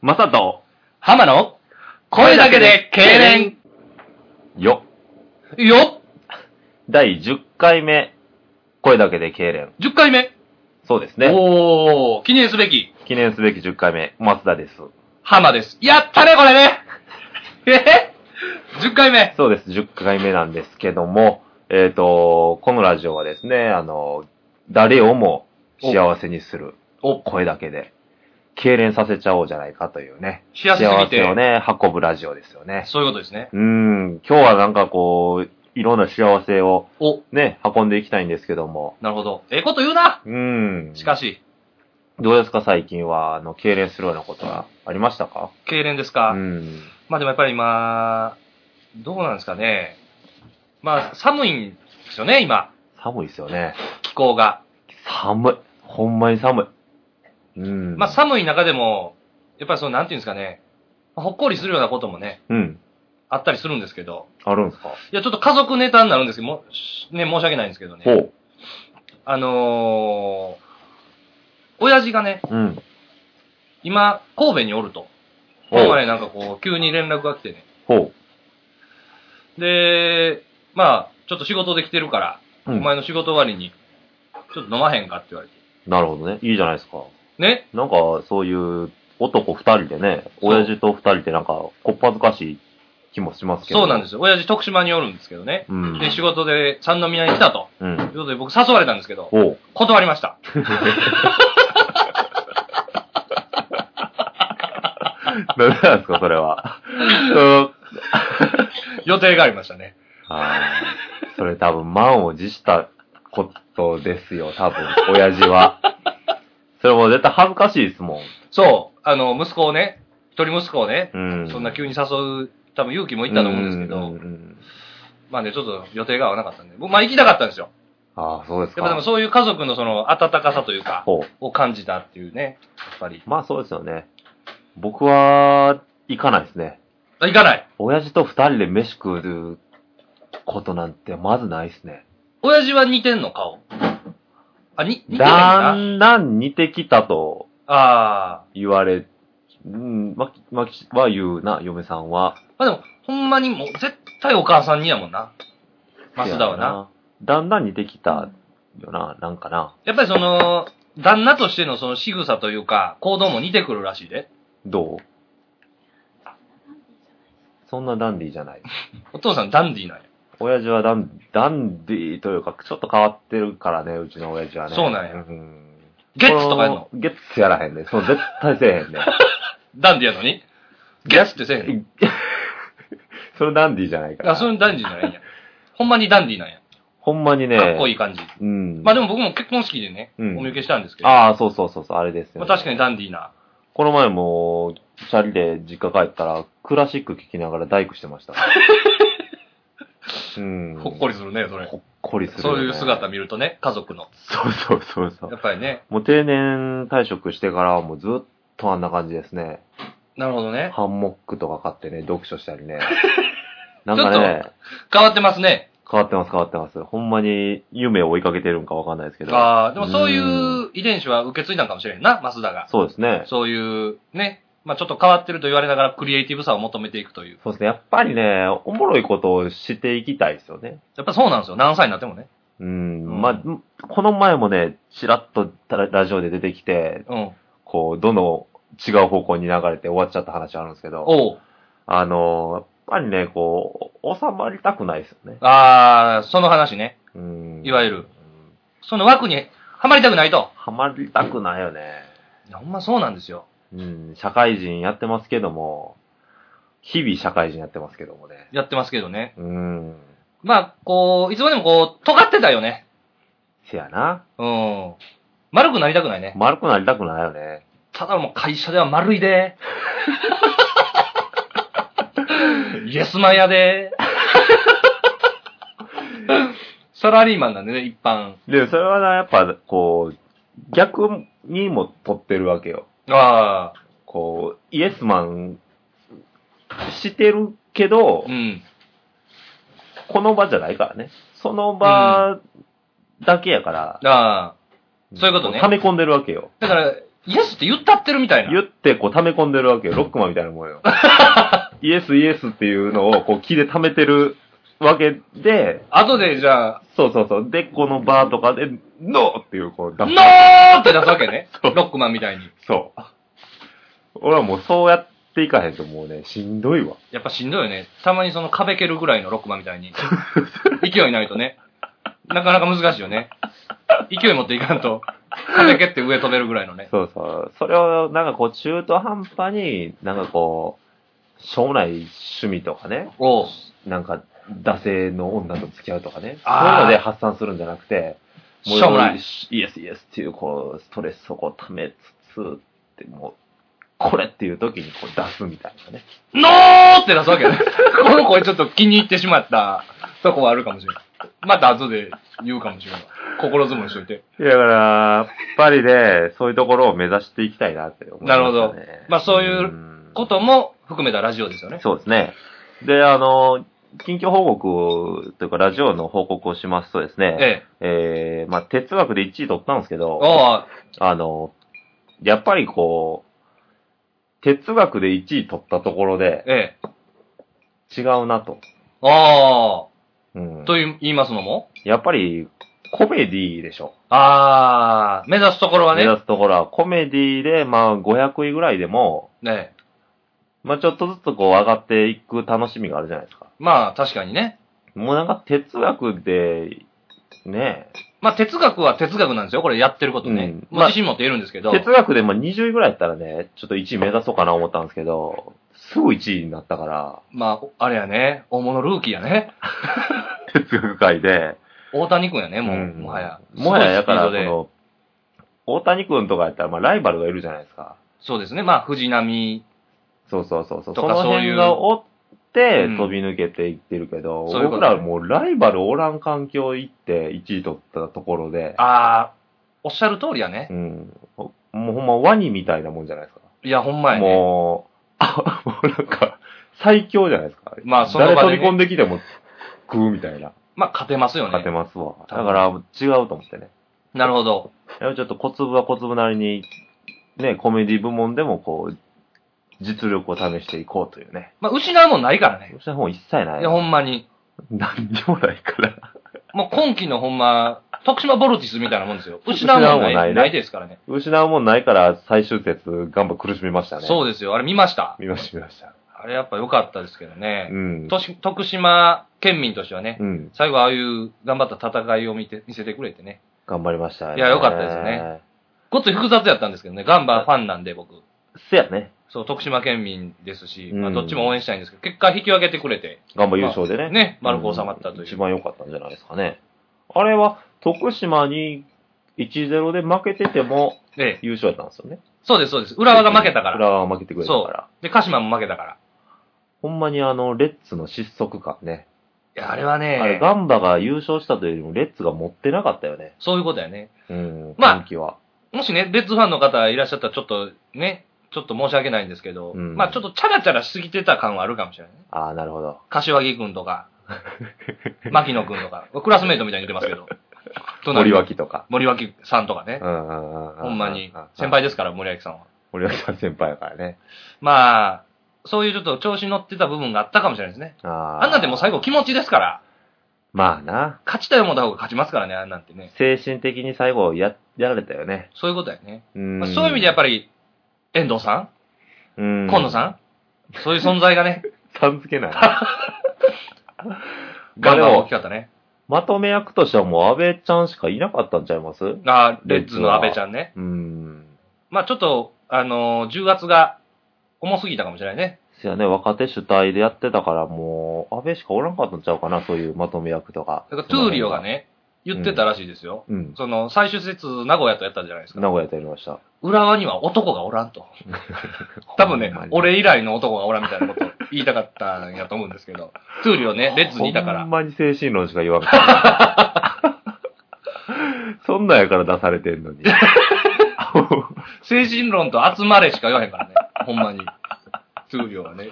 マサと、ハマの、声だけで、痙攣よ。よ第10回目、声だけで痙攣。 !10 回目、そうですね。おー、記念すべき、記念すべき10回目、松田です。ハマです。やったね、これね えへ ?10 回目そうです、10回目なんですけども、えっ、と、このラジオはですね、あの、誰をも幸せにするお、声だけで、痙攣させちゃおうじゃないかというね、幸せすぎてをね、運ぶラジオですよね。そういうことですね。うん、今日はなんかこう、いろんな幸せをお、ね、運んでいきたいんですけども、なるほど。ええこと言うなうん。しかし、どうですか最近は、あの、痙攣するようなことはありましたか痙攣ですうか、ん。まあでもやっぱり今、どうなんですかね。まあ、寒いんですよね、今、寒いですよね。気候が。寒い。ほんまに寒い。うん。まあ寒い中でも、やっぱりその、なんていうんですかね、ほっこりするようなこともね、うん。あったりするんですけど、あるんですか、いや、ちょっと家族ネタになるんですけど、もしね、申し訳ないんですけどね。ほあのー、親父がね、う。うん。今、神戸におると。ほこのう。前なんかこう、急に連絡が来てね。ほう。で、まあ、ちょっと仕事で来てるから、うおん、前の仕事終わりに、ちょっと飲まへんかって言われて。なるほどね。いいじゃないですか。ねなんか、そういう、男二人でね、そう親父と二人でなんか、こっぱずかしい気もしますけど。。そうなんですすよ。親父徳島におるんですけどね。うん。で、仕事で三宮に来たと。うんとい。うことで僕誘われたんですけど、ほ う。断りました。何なんですか、それ は。うん予定がありましたね。あーそれ多分満を持したことですよ、多分、親父は。それもう絶対恥ずかしいですもん。そう、あの、息子をね、一人息子をね、うん。そんな急に誘う、多分勇気もいったと思うんですけど、んうんまあね、ちょっと予定が合わなかったんで、僕、まあ行きたかったんですよ。ああ、そうですか。やっぱでもそういう家族のその温かさというか、ほを感じたっていうね、やっぱり。うまあそうですよね。僕は、行かないですね。あ行かない。親父と二人で飯食うことなんてまずないですね。親父は似てんの、顔。あ、に、似てんのだかなんだん似てきたとああ。言われ、うん、ま、まき、は言うな、嫁さんは。まあでも、ほんまにもう絶対お母さんにやもんな。増田はな。だんだん似てきたよな、なんかな。やっぱりその、旦那としてのその仕草というか、行動も似てくるらしいで。どうそんなダンディーじゃない。お父さんダンディーなんや。親父はダンダンディーというか、ちょっと変わってるからね、うちの親父はね。そうなんやんゲッツとかやんのこゲッツやらへんね。そう、絶対せえへんね。 ダンディーやのにゲッツってせえへん。それダンディーじゃないから。あ、そういうダンディーじゃないんや。ほんまにダンディーなんや。ほんまにね。かっこいい。い感じ。うん。まあでも僕も結婚式でね、うんお見受けしたんですけど、ああ、そうそうそうそう、あれですよ、まあ、ね。確かにダンディーな。この前も、チャリで実家帰ったら、クラシック聴きながら大工して ました。うん。ほっこり。りするね、それ。ほっこりする、そういう姿。見るとね、家族の。そうそうそうそやう。っぱりね。もう定年退職してからはもうずっとあんな感じですね。なるほどね。ハンモックとか買ってね、読書したり ね。なんかね、変わってますね。変わってます変わってます。ほんまに夢を追いかけてるんかわかんないですけど。ああ、でもそういうう遺伝子は受け継いだんかもしれんな、増田が。そうですね。そういう、ね。まあちょっと変わってると言われながらクリエイティブさを求めていくという。そうですね。やっぱりね、おもろいことをしていきたいですよね。やっぱそうなんですよ。何歳になってもね。うん、うんまあ、この前もね、ちらっとララジオで出てきて、うん。こう、どの違う方向に流れて終わっちゃった話あるんですけど、おう。あのー、やっぱりね、こう、収まりたくないですよね。ああ、その話ね。うん。いわゆる。る。その枠にはまりたくないと。はまりたくないよね。いやほんまそうなんですよ。うん、社会人やってますけども、日々社会人やってますけどもね。やってますけどね。うん。まあ、こう、いつまでもこう、尖ってたよね。せやな。うん。丸くなりたくないね。丸くなりたくないよ ね。ただもう会社では丸いで。イエスマン やで。サラリーマンなんでね、一般。で、それはな、やっぱ、こう、逆にも取ってるわけよ。ああ。こう、イエスマンしてるけど、うん。この場じゃないからね。その場だけやから、ああ。そういうことね溜め込んでるわけよ。だから、イエスって言ったってるみたいな。言って、こう、溜め込んでるわけよ。ロックマンみたいなもん よ。イエス、イエスっていうのを、こう、木で溜めてるわけで、後で、じ ゃあ、そうそうそう。で、このバーとかで、ノーっていう、こう、ノダーって出すわけね。そうロックマンみたいに。そう。俺はもうそうやっていかへんともうね、しんどいわ。やっぱしんどいよね。たまにその壁蹴るぐらいのロックマンみたいに。勢いないとね。なかなか難しいよね。勢い持っていかんと。壁蹴って上飛べるぐらいのね。そうそう。それを、なんかこう、中途半端に、なんかこう、しょうもない趣味とかね、おうなんか、惰性の女と付き合うとかね、そうあーいうので発散するんじゃなくて、しょうもない。イエスイエスっていう、こう、ストレスをこう溜めつつ、って、もう、これっていう時にこう出すみたいなね。ノーって出すわけね。この声ちょっと気に入ってしまったとこはあるかもしれない。また後で言うかもしれない。心づもりしといて。いや、だから、やっぱりね、そういうところを目指していきたいなって思いました、ね。なるほどまあそういうこもとも含めたラジオですよね。そうですね。で、あの、近況報告をというか、ラジオの報告をしますとですね、ええ。えー、まあ、哲学で1位取ったんですけど、おうあの、やっぱりこう、哲学で1位取ったところで、ええ。違うなと。あうんあ。という言いますのもやっぱり、コメディでしょ。ああ、目指すところは目ね。指すところは、コメディで、まあ、500位ぐらいでも、ねまあ、ちょっとずつこう上がっていく楽しみがあるじゃないですか。まあ確かにね。もうなんか哲学で、ねえ、まあ哲学は哲学なんですよ。これやってることね。うんままああ自信持って言えるんですけど。哲学でも20位ぐらいやったらね、ちょっと1位目指そうかな思ったんですけど、すぐ1位になったから、まあ、あれやね。大物ルーキーやね。哲学界で。大谷君やね、もう。んもはや。もはや、だから、すそごいスピードでの、大谷くんとかやったら、まあ、ライバルがいるじゃないですか。そうですね。まあ藤波。そうそうそうそう。とそかのそうい辺うがおって、うん飛び抜けていってるけど、そういうこ僕とらはもうライバルおらん環境行って1位取ったところで、ああ、おっしゃる通りやねう。ん。もうほんまワニみたいなもんじゃないですか。いや、ほんまやね。もう、あ、もうなんか、最強じゃないですか。まあその場でね誰飛び込んできても食うみたいな。まあ、勝てますよね。勝てますわ。多だ分から、違うと思ってね。なるほど。やっぱちょっと小粒は小粒なりに、ね、コメディ部門でもこう、実力を試していこうというね。まあ、失うもんないからね。そうした本一切ない。いや、ほんまに。なんでもないから。もう今期のほんま、徳島ボルティスみたいなもんですよ。失うもん失うもなんいなないい,、ねですからね失うもんないから、最終節、ガンバ苦しみましたね。そうう。ですよ。あれ見ました。見ました、見ました。あれやっぱ良かったですけどねう。ん。とし徳島県民としてはね、うん。最後ああいう頑張った戦いを見て見せてくれてね。頑張りました、いや良かったですね。ごっつい複雑やったんですけどね。ガンバファンなんで僕。せやね。そう、徳島県民ですし、まあうんどっちも応援したいんですけど、結果引き分けてくれて、ガンバ優勝でね。ね、丸く収まったんとい一う。番良かったんじゃないですかね。あれは、徳島に1-0で負けててもええ、優勝だったんですよね。そうです、そうです。浦和が負けたから。浦和が負けてくれたから。で、鹿島も負けたから。ほんまにあの、レッツの失速感ね。いや、あれはあれ、ね、ガンバが優勝したというよりも、レッツが持ってなかったよね。そういうことやね。うん、まあ今季は。もしね、レッツファンの方いらっしゃったら、ちょっとね、ちょっと申し訳ないんですけど、うんまあちょっとチャラチャラしすぎてた感はあるかもしれないね。ああ、なるほど。柏木くん とか、牧野くんとか、クラスメイトみたいに言ってます けど、森隣脇とか。森脇さんとかねう、んうんうん。ほんまにううう、先輩ですから、森脇さんは。森脇さん先輩やからね。まあ、そういうちょっと調子乗ってた部分があったかもしれないですね。あああんなんでもう最後気持ちですから、まあな。勝ちたい思った方が勝ちますからね、あんなんてね。精神的に最後や、やられたよね。そういうことやね。うん。まあ、そういう意味でやっぱり、遠藤さんうん。今野さんそういう存在 がね、さん付けない。ガンバは大きかったね。まとめ役としてはもう安倍ちゃんしかいなかったんちゃいますうあーレッズの安倍ちゃんね。ーん。まあちょっと、あのー重圧が重すぎたかもしれないね。せやね、若手主体でやってたからもう、安倍しかおらんかったんちゃうかな、そういうまとめ役とか。だからトゥーリオがね、言ってたらしいですよ。うん。その、最終節、名古屋とやったじゃないですか。名古屋でやりました。浦和には男がおらん と。多分ねほんまに、俺以来の男がおらんみたいなこと言いたかったんやと思うんですけど、トゥーリオね、レッズにいたかほんら。まに精神論しか言わんか った。そんなんやから出されてん のに。精神論と集まれしか言わへんからね。ほんまに。トゥーリオはね。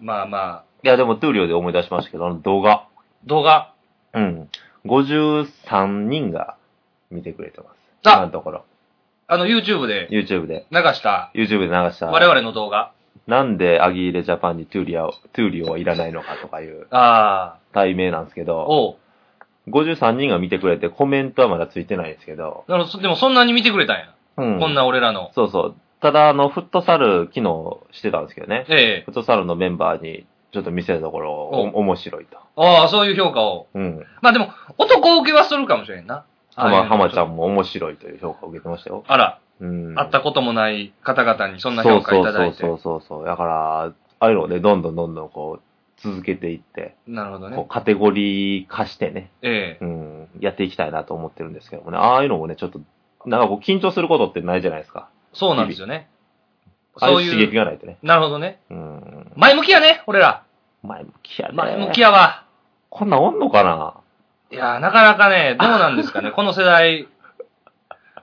まあまあ、いや、でも、トゥーリオで思い出しましたけど、あの動画。動画、うん。53人が見てくれてます。あ今のところ。あの、YouTube で YouTube で。流した YouTube で流した。我々の動画。なんでアギーレジャパンにトゥーリアを、トゥーリオはいらないのかとかいうあ題名なんですけあ。ど、おう。 53人が見てくれてコメントはまだついてないですけど、なるほどでもそんなに見てくれたんや。うんこんな俺らの。そうそう。ただ、あの、フットサル、昨日してたんですけどね。ええ。フットサルのメンバーに、ちょっと見せたところ、おうん面白いと。ああ、そういう評価を。うん。まあでも、男受けはするかもしれんな。ああいう浜の浜ちゃんも面白いという評価を受けてましたよ。あら、うん。会ったこともない方々にそんな評価いただいて。そうそうそうそうそう。だから、ああいうのをね、どんどんどんどんこう、続けていって、なるほどこねう、。カテゴリー化してね、ええ。うん、やっていきたいなと思ってるんですけどもね。ああいうのもね、ちょっと、なんかこう、緊張することってないじゃないですか。そうなんですよね。ああそういいう刺激う。がないとね。なるほどね。うん。前向きやね、俺ら。前向きやね。前向きやわ。こんなんおんのかないやー、なかなかね、どうなんで すかね、この世代。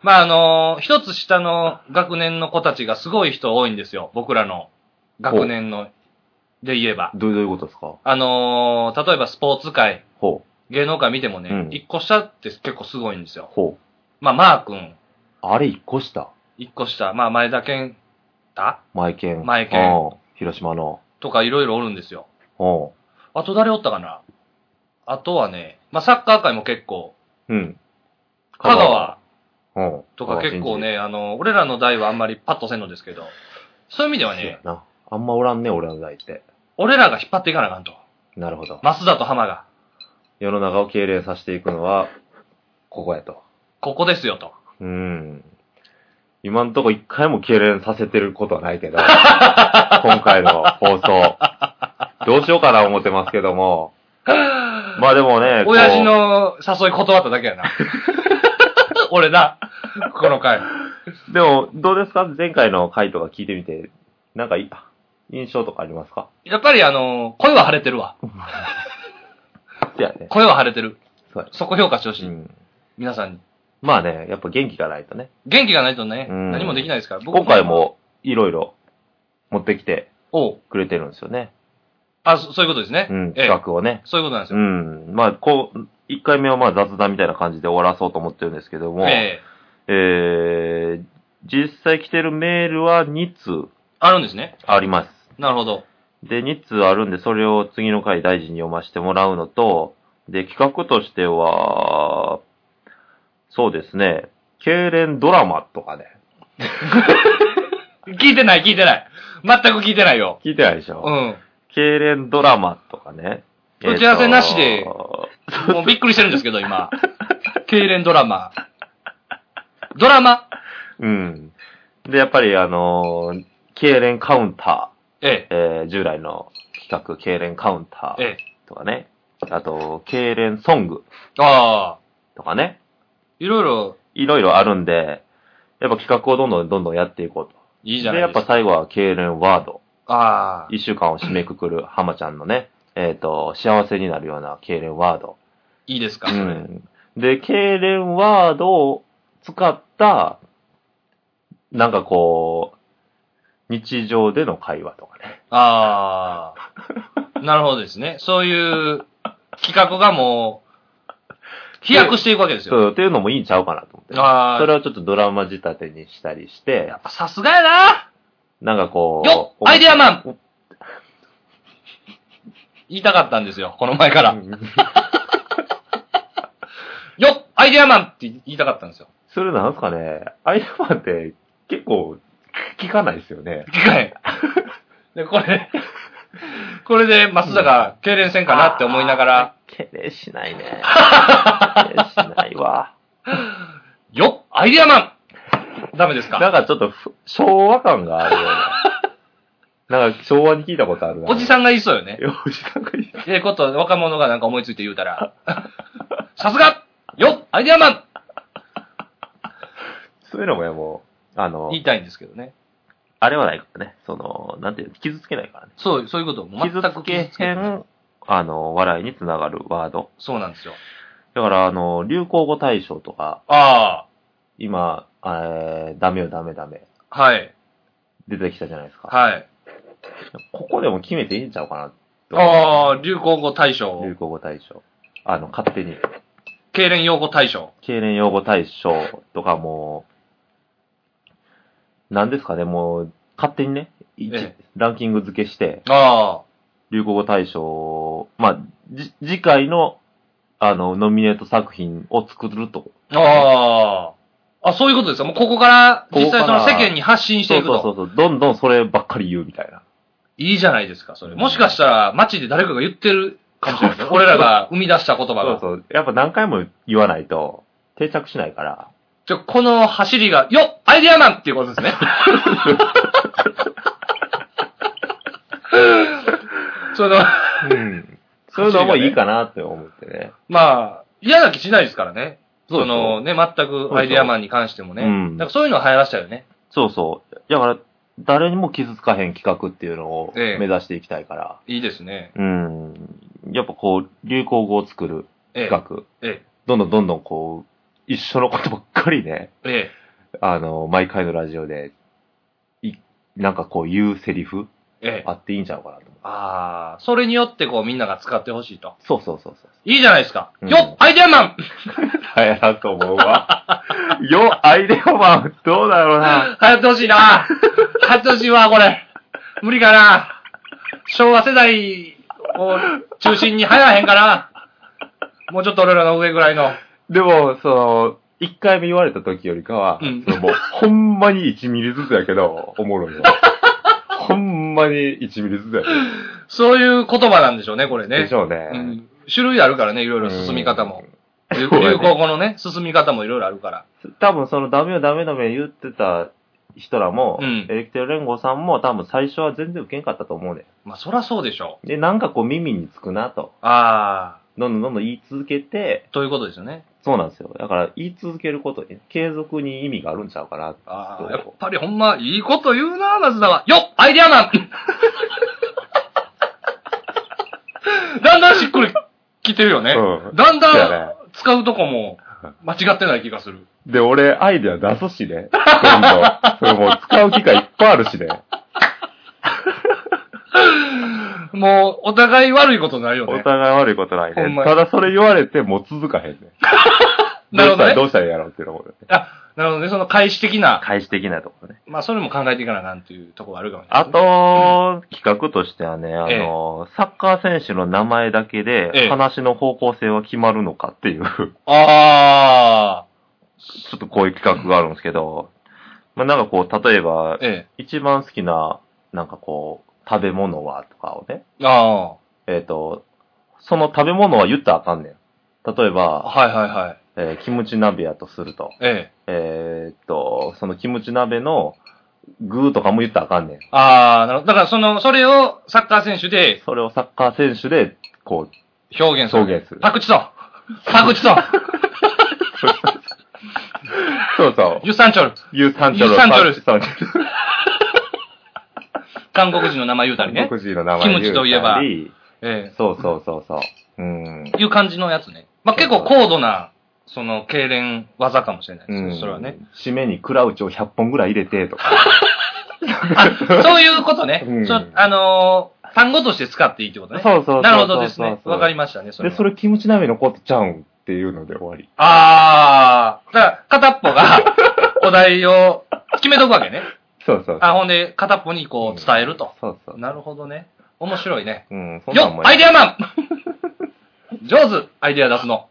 まあ、あのー一つ下の学年の子たちがすごい人多いんですよ。僕らの学年の、で言えば。どうどういうことですかあのー例えばスポーツ界、ほう、芸能界見てもね、うん一個下って結構すごいんですよ。ほう。まあ、マー君、あれ一個下一個下、まあ、前田健太マイケン。マイケンうん広島の。とかいろいろおるんですよ。おあと誰おったかなあとはね、まあ、サッカー界も結構、ううん。香川、うん。とか結構香川真司。ね、あの、俺らの代はあんまりパッとせんのですけど、そういう意味ではそうやね、な。あんまおらんね、俺の代って。俺らが引っ張っていかなあかんと。なるほど。増田と浜が、世の中を敬礼させていくのは、ここやと。ここですよと。うん。今んとこ一回も敬礼させてることはないけ ど、今回の放送。どうしようかな思ってますけども。まあでもね、こう親父の誘い断った だけやな。俺な、この回。でも、どうですか前回の回とか聞いてみて、なんかい印象とかありますかやっぱりあの、声は晴れてるわ。そうやね。声は晴れてる。そうや。そこ評価してほしうい。ん。皆さんに。まあね、やっぱ元気がないとね。元気がないとね、うん何もできないですから。僕今回。もいろいろ持ってきておうくれてるんですよね。あ、そそういうことですね。うん、ええ企画をね。そういうことなんですうよ。ん。まあ、こう、1回目はまあ雑談みたいな感じで終わらそうと思ってるんですけども、えええー、実際来てるメールは2通あるんですね。あります。なるほど。で、2通あるんで、それを次の回大事に読ませてもらうのと、で、企画としては、そうですね、痙攣ドラマとかね。聞いてない、聞いてない。全く聞いてないよ。聞いてないでしうょ ん。痙攣ドラマとかね。打ち合わせなしでえーともうびっくりしてるんですけど、今。痙攣ドラマ。ドラマうん。で、やっぱりあのー、痙攣カウンタえー、えー従来の企画、痙攣カウンタえ、ーええ。とかね。あと、痙攣ソングああ。とかね。いろいろいろいろあるんで、やっぱ企画をどんどんどんどんやっていこうと。いいじゃで、ないやっですか。ぱ最後は、痙攣ワード。ああ。一週間を締めくくる、浜ちゃんのね、えっ、と、幸せになるような痙攣ワード。いいですか、うそれん。で、痙攣ワードを使った、なんかこう、日常での会話とかね。ああ。なるほどですね。そういう企画がもう、飛躍していくわけですよ。そう、っていうのもいいんちゃうかなと思って。あそれあ。をちょっとドラマ仕立てにしたりしてや、っぱさすがやななんかこう、よっおアイデアマン言いたかったんですよ、この前から。うよんっアイデアマンって言いたかったんですよ。それなんすかね、アイデアマンって結構聞かないですよね。機械。 で、これ、これで松田が痙攣せんかなって思いながら、あー。敬礼しないね。敬礼しないわ。よっアイデアマンダメですなんかかちょっとふ昭和感があるよね。なんか昭和に聞いたことあるな。おじさんが言いそうよね。ん。おじさんがいい。ええこと、若者がなんか思いついて言うたら、 さすがよっアイデアマンそういうのもね、もう、あの言、いたいんですけどね。あれはないからね。その、なんていうの、傷つけないからね。そう、そういうことを全傷つくけへないん、あの、笑いにつながるワード。そうなんですよ。だから、あの、流行語大賞とか、あ今、えー、ダメよダメダメ、あ、はい、出てきたじゃないですか。はい。ここでも決めていいんちゃうかなとああ、流行語大賞、流行語大賞。あの、勝手に。痙攣用語大賞。経連用語大賞とかも、何ですかね、もう、勝手にね、一えランキング付けして、ああ。流行語大賞をまあ、じ、次回の、あの、ノミネート作品を作ると。ああ。あ、そういうことですか。もうここからここ実か際らその世間に発信しそうていくと。そうそうそう、どんどんそればっかり言うみたいな。いいじゃないですか、それ。もしかしたら街で誰かが言ってるかもしれないですよ。俺らが生み出した言葉が。そうそう。やっぱ何回も言わないと、定着しないから。じゃ、この走りが、よっアイデアマンっていうことで すね。その、うん。そういうのもいいかなって思ってね。まあ、嫌な気しないですからね。そうそそうのね、全くアイデアマンに関してもね。そうそううんだからそういうのを流行らしたよね。そうそう。だから、誰にも傷つかへん企画っていうのをええ目指していきたいから。いいですね。うん。やっぱこう、流行語を作るええ。企画。えどんどんどんどんこう、一緒のことばっかりね、え。えあの、毎回のラジオで、い、なんかこう言うセリフえ。ええ。あっていいんちゃうかなと思う。ああ、それによってこうみんなが使ってほしいと。そうそうそうそう。いいじゃないですか。うんよっアイデアマン流行らんと思うわ。 よ、アイデアマン、どうだろうな。流行ってほしいな流行ってほしいわ、これ。無理かな昭和世代を中心に流行らへんかなもうちょっと俺らの上ぐらいの。でも、その、一回目言われた時よりかは、うんそのもう、ほんまに1ミリずつやけど、 おもろいわ。ほんまに1ミリずつやけど。そういう言葉なんでしょうね、これでねし。ょうね。うん種類あるからね、いろいろ進み方も。流流行語のね、進み方もいろいろあるから。多分そのダメよダメダメ言ってた人らも、うんエレキテル連合さんも多分最初は全然受けんかったと思うね。まあ、そらそうでしょで、なんかこう耳につくなと。う。あどんどんどんどん言い続けて、あ、ということですよね。そうなんですよ。だから言い続けることに、継続に意味があるんちゃうかな。あそうあ、やっぱりほんま、いいこと言うな、松田は。よっアイデアマ ンだんだんしっくりきてるよね。うんだんそうやだねん使うとこも間違ってない気がする。で、俺、アイデア出すしね。どんどん。それもう使う機会いっぱいあるしね。もう、お互い悪いことないよおね。互い悪いことないほんね。まただそれ言われて、もう続かへんね。なるほどどうしたらねどうしたらいいやろうっていうのもね。あ、なるほどね。その開始的な、開始的なところね。まあ、それも考えていかなあかんっていうところはあるかもしれなあい、と、企画としてはね、あえの、サッカー選手の名前だけえでえ、話の方向性は決まるのかっていう、ちああ、ょっとこういう企画があるんですけど、まあ、なんかこう、例えば、え一番好きな、なんかこう、食べ物はとかをね、え。あえっ、と、その食べ物は言ったらあかんねん。例えあ、ば、はいはいはい。えーキムチ鍋やとすると、えええ。ーっと、そのキムチ鍋の具とかも言ったらあかんねん。ああ、なるほど。だからその、それをサッカー選手でそれをサッカー選手で、こう、表現する。表現するパクチソンパクチソ ンそうそう。ユサンチョルユーサンチョル。ユーサンチョルサンチョル。韓国人の名前言うたりね。国人の名前キムチといえばユーえサンリそうそうそうそう。うんえ。。いう感じのやつね。まあ、結構高度な、その、痙攣技かもしれないですね、それはね。。締めにクラウチを100本ぐらい入れて、とか。あ、そういうことね。うんそあのー単語として使っていいってことね。そうそうそうなるほどですそうねそ。うそうわかりましたね、それで、は。それキムチ鍋のことちゃうんっていうので終わり。あー。だから、片っぽが、お題を決めとくわけね。そうそう。あ、ほんで、片っぽにこう、伝えると。そうそう。なるほどね。面白いね。うん、そんなんよもっアイデアマン上手アイデア出すの。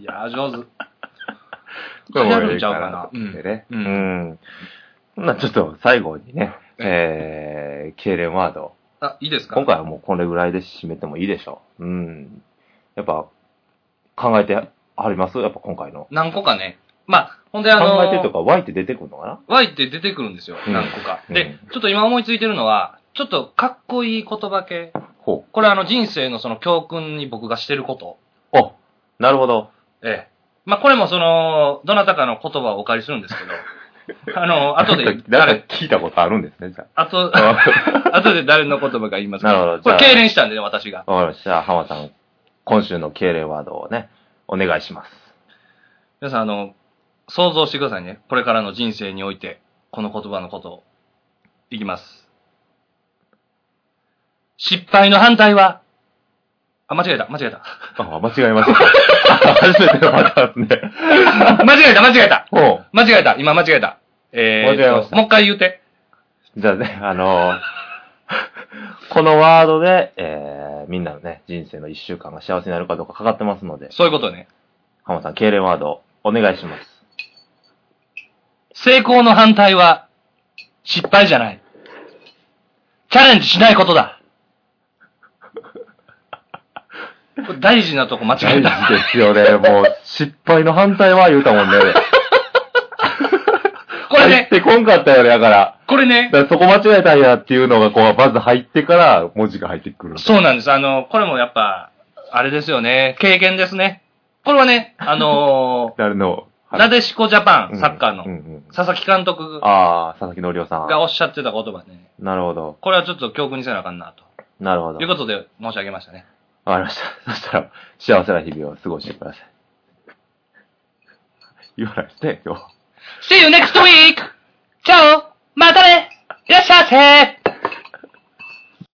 いやー、上手。これもええうってね。うんん。ほんならちょっと最後にね、えー、痙攣ワード。あ、いいですか今回はもうこれぐらいで締めてもいいでしょう。うん。やっぱ、考えてありますやっぱ今回の。何個かね。まあ、ほんであの考ー、えてとか、湧いて出てくるのかな Y って出てくるんですよ、うん何個か。うでん、ちょっと今思いついてるのは、ちょっとかっこいい言葉系。ほこれあの人生のその教訓に僕がしてること。う。あ、なるほど。ええ。まあ、これもその、どなたかの言葉をお借りするんですけ ど、あの、後なでんかなん誰、か聞いたことあるんですね、じゃ あと、あ。後で誰の言葉か言いますけなるほどこれ、じゃあ痙攣したんでね、私が。わかりました。じゃあ、浜さん、今週の敬礼ワードをね、お願いします。皆さん、あの、想像してくださいね。これからの人生において、この言葉のことを。いきます。失敗の反対は、あ、間違えた、間違えた。 あ、間違えました。 あ初めてのパターンですね。間違えた、間違えた。ほう。間違えた、今間違えた。えーわかりましっと、たもう一回言うて。じゃあね、 あのーこのワードで、えー、みんなのね、人生の一週間が幸せになるかどうかかかってますので、そういうことね。浜田さん、敬礼ワード、お願いします。成功の反対は、失敗じゃない。チャレンジしないことだ。これ大事なとこ間違大事えた。ですよ ね。もう、失敗の反対は言うたもんね。これ入っね、て こんかったよね、だから。これねだ、からそこ間違えたんやっていうのが、こう、まず入ってから、文字が入ってくる。そうなんです。あの、これもやっぱ、あれですよね。経験ですね。これはね、あのなるの。 ー、なでしこジャパうン、んサッカーうんうの、ん佐々木監督ああ、佐々木のりおさん。がおっしゃってた言葉ね。なるほど。これはちょっと教訓にせなあかんな、なるほど。ということで申し上げましたね。わかりました。そ したら、幸せな日々を過ごしてください。言わないですね、今日。 See you next week! チャオまたねいらっしゃいませ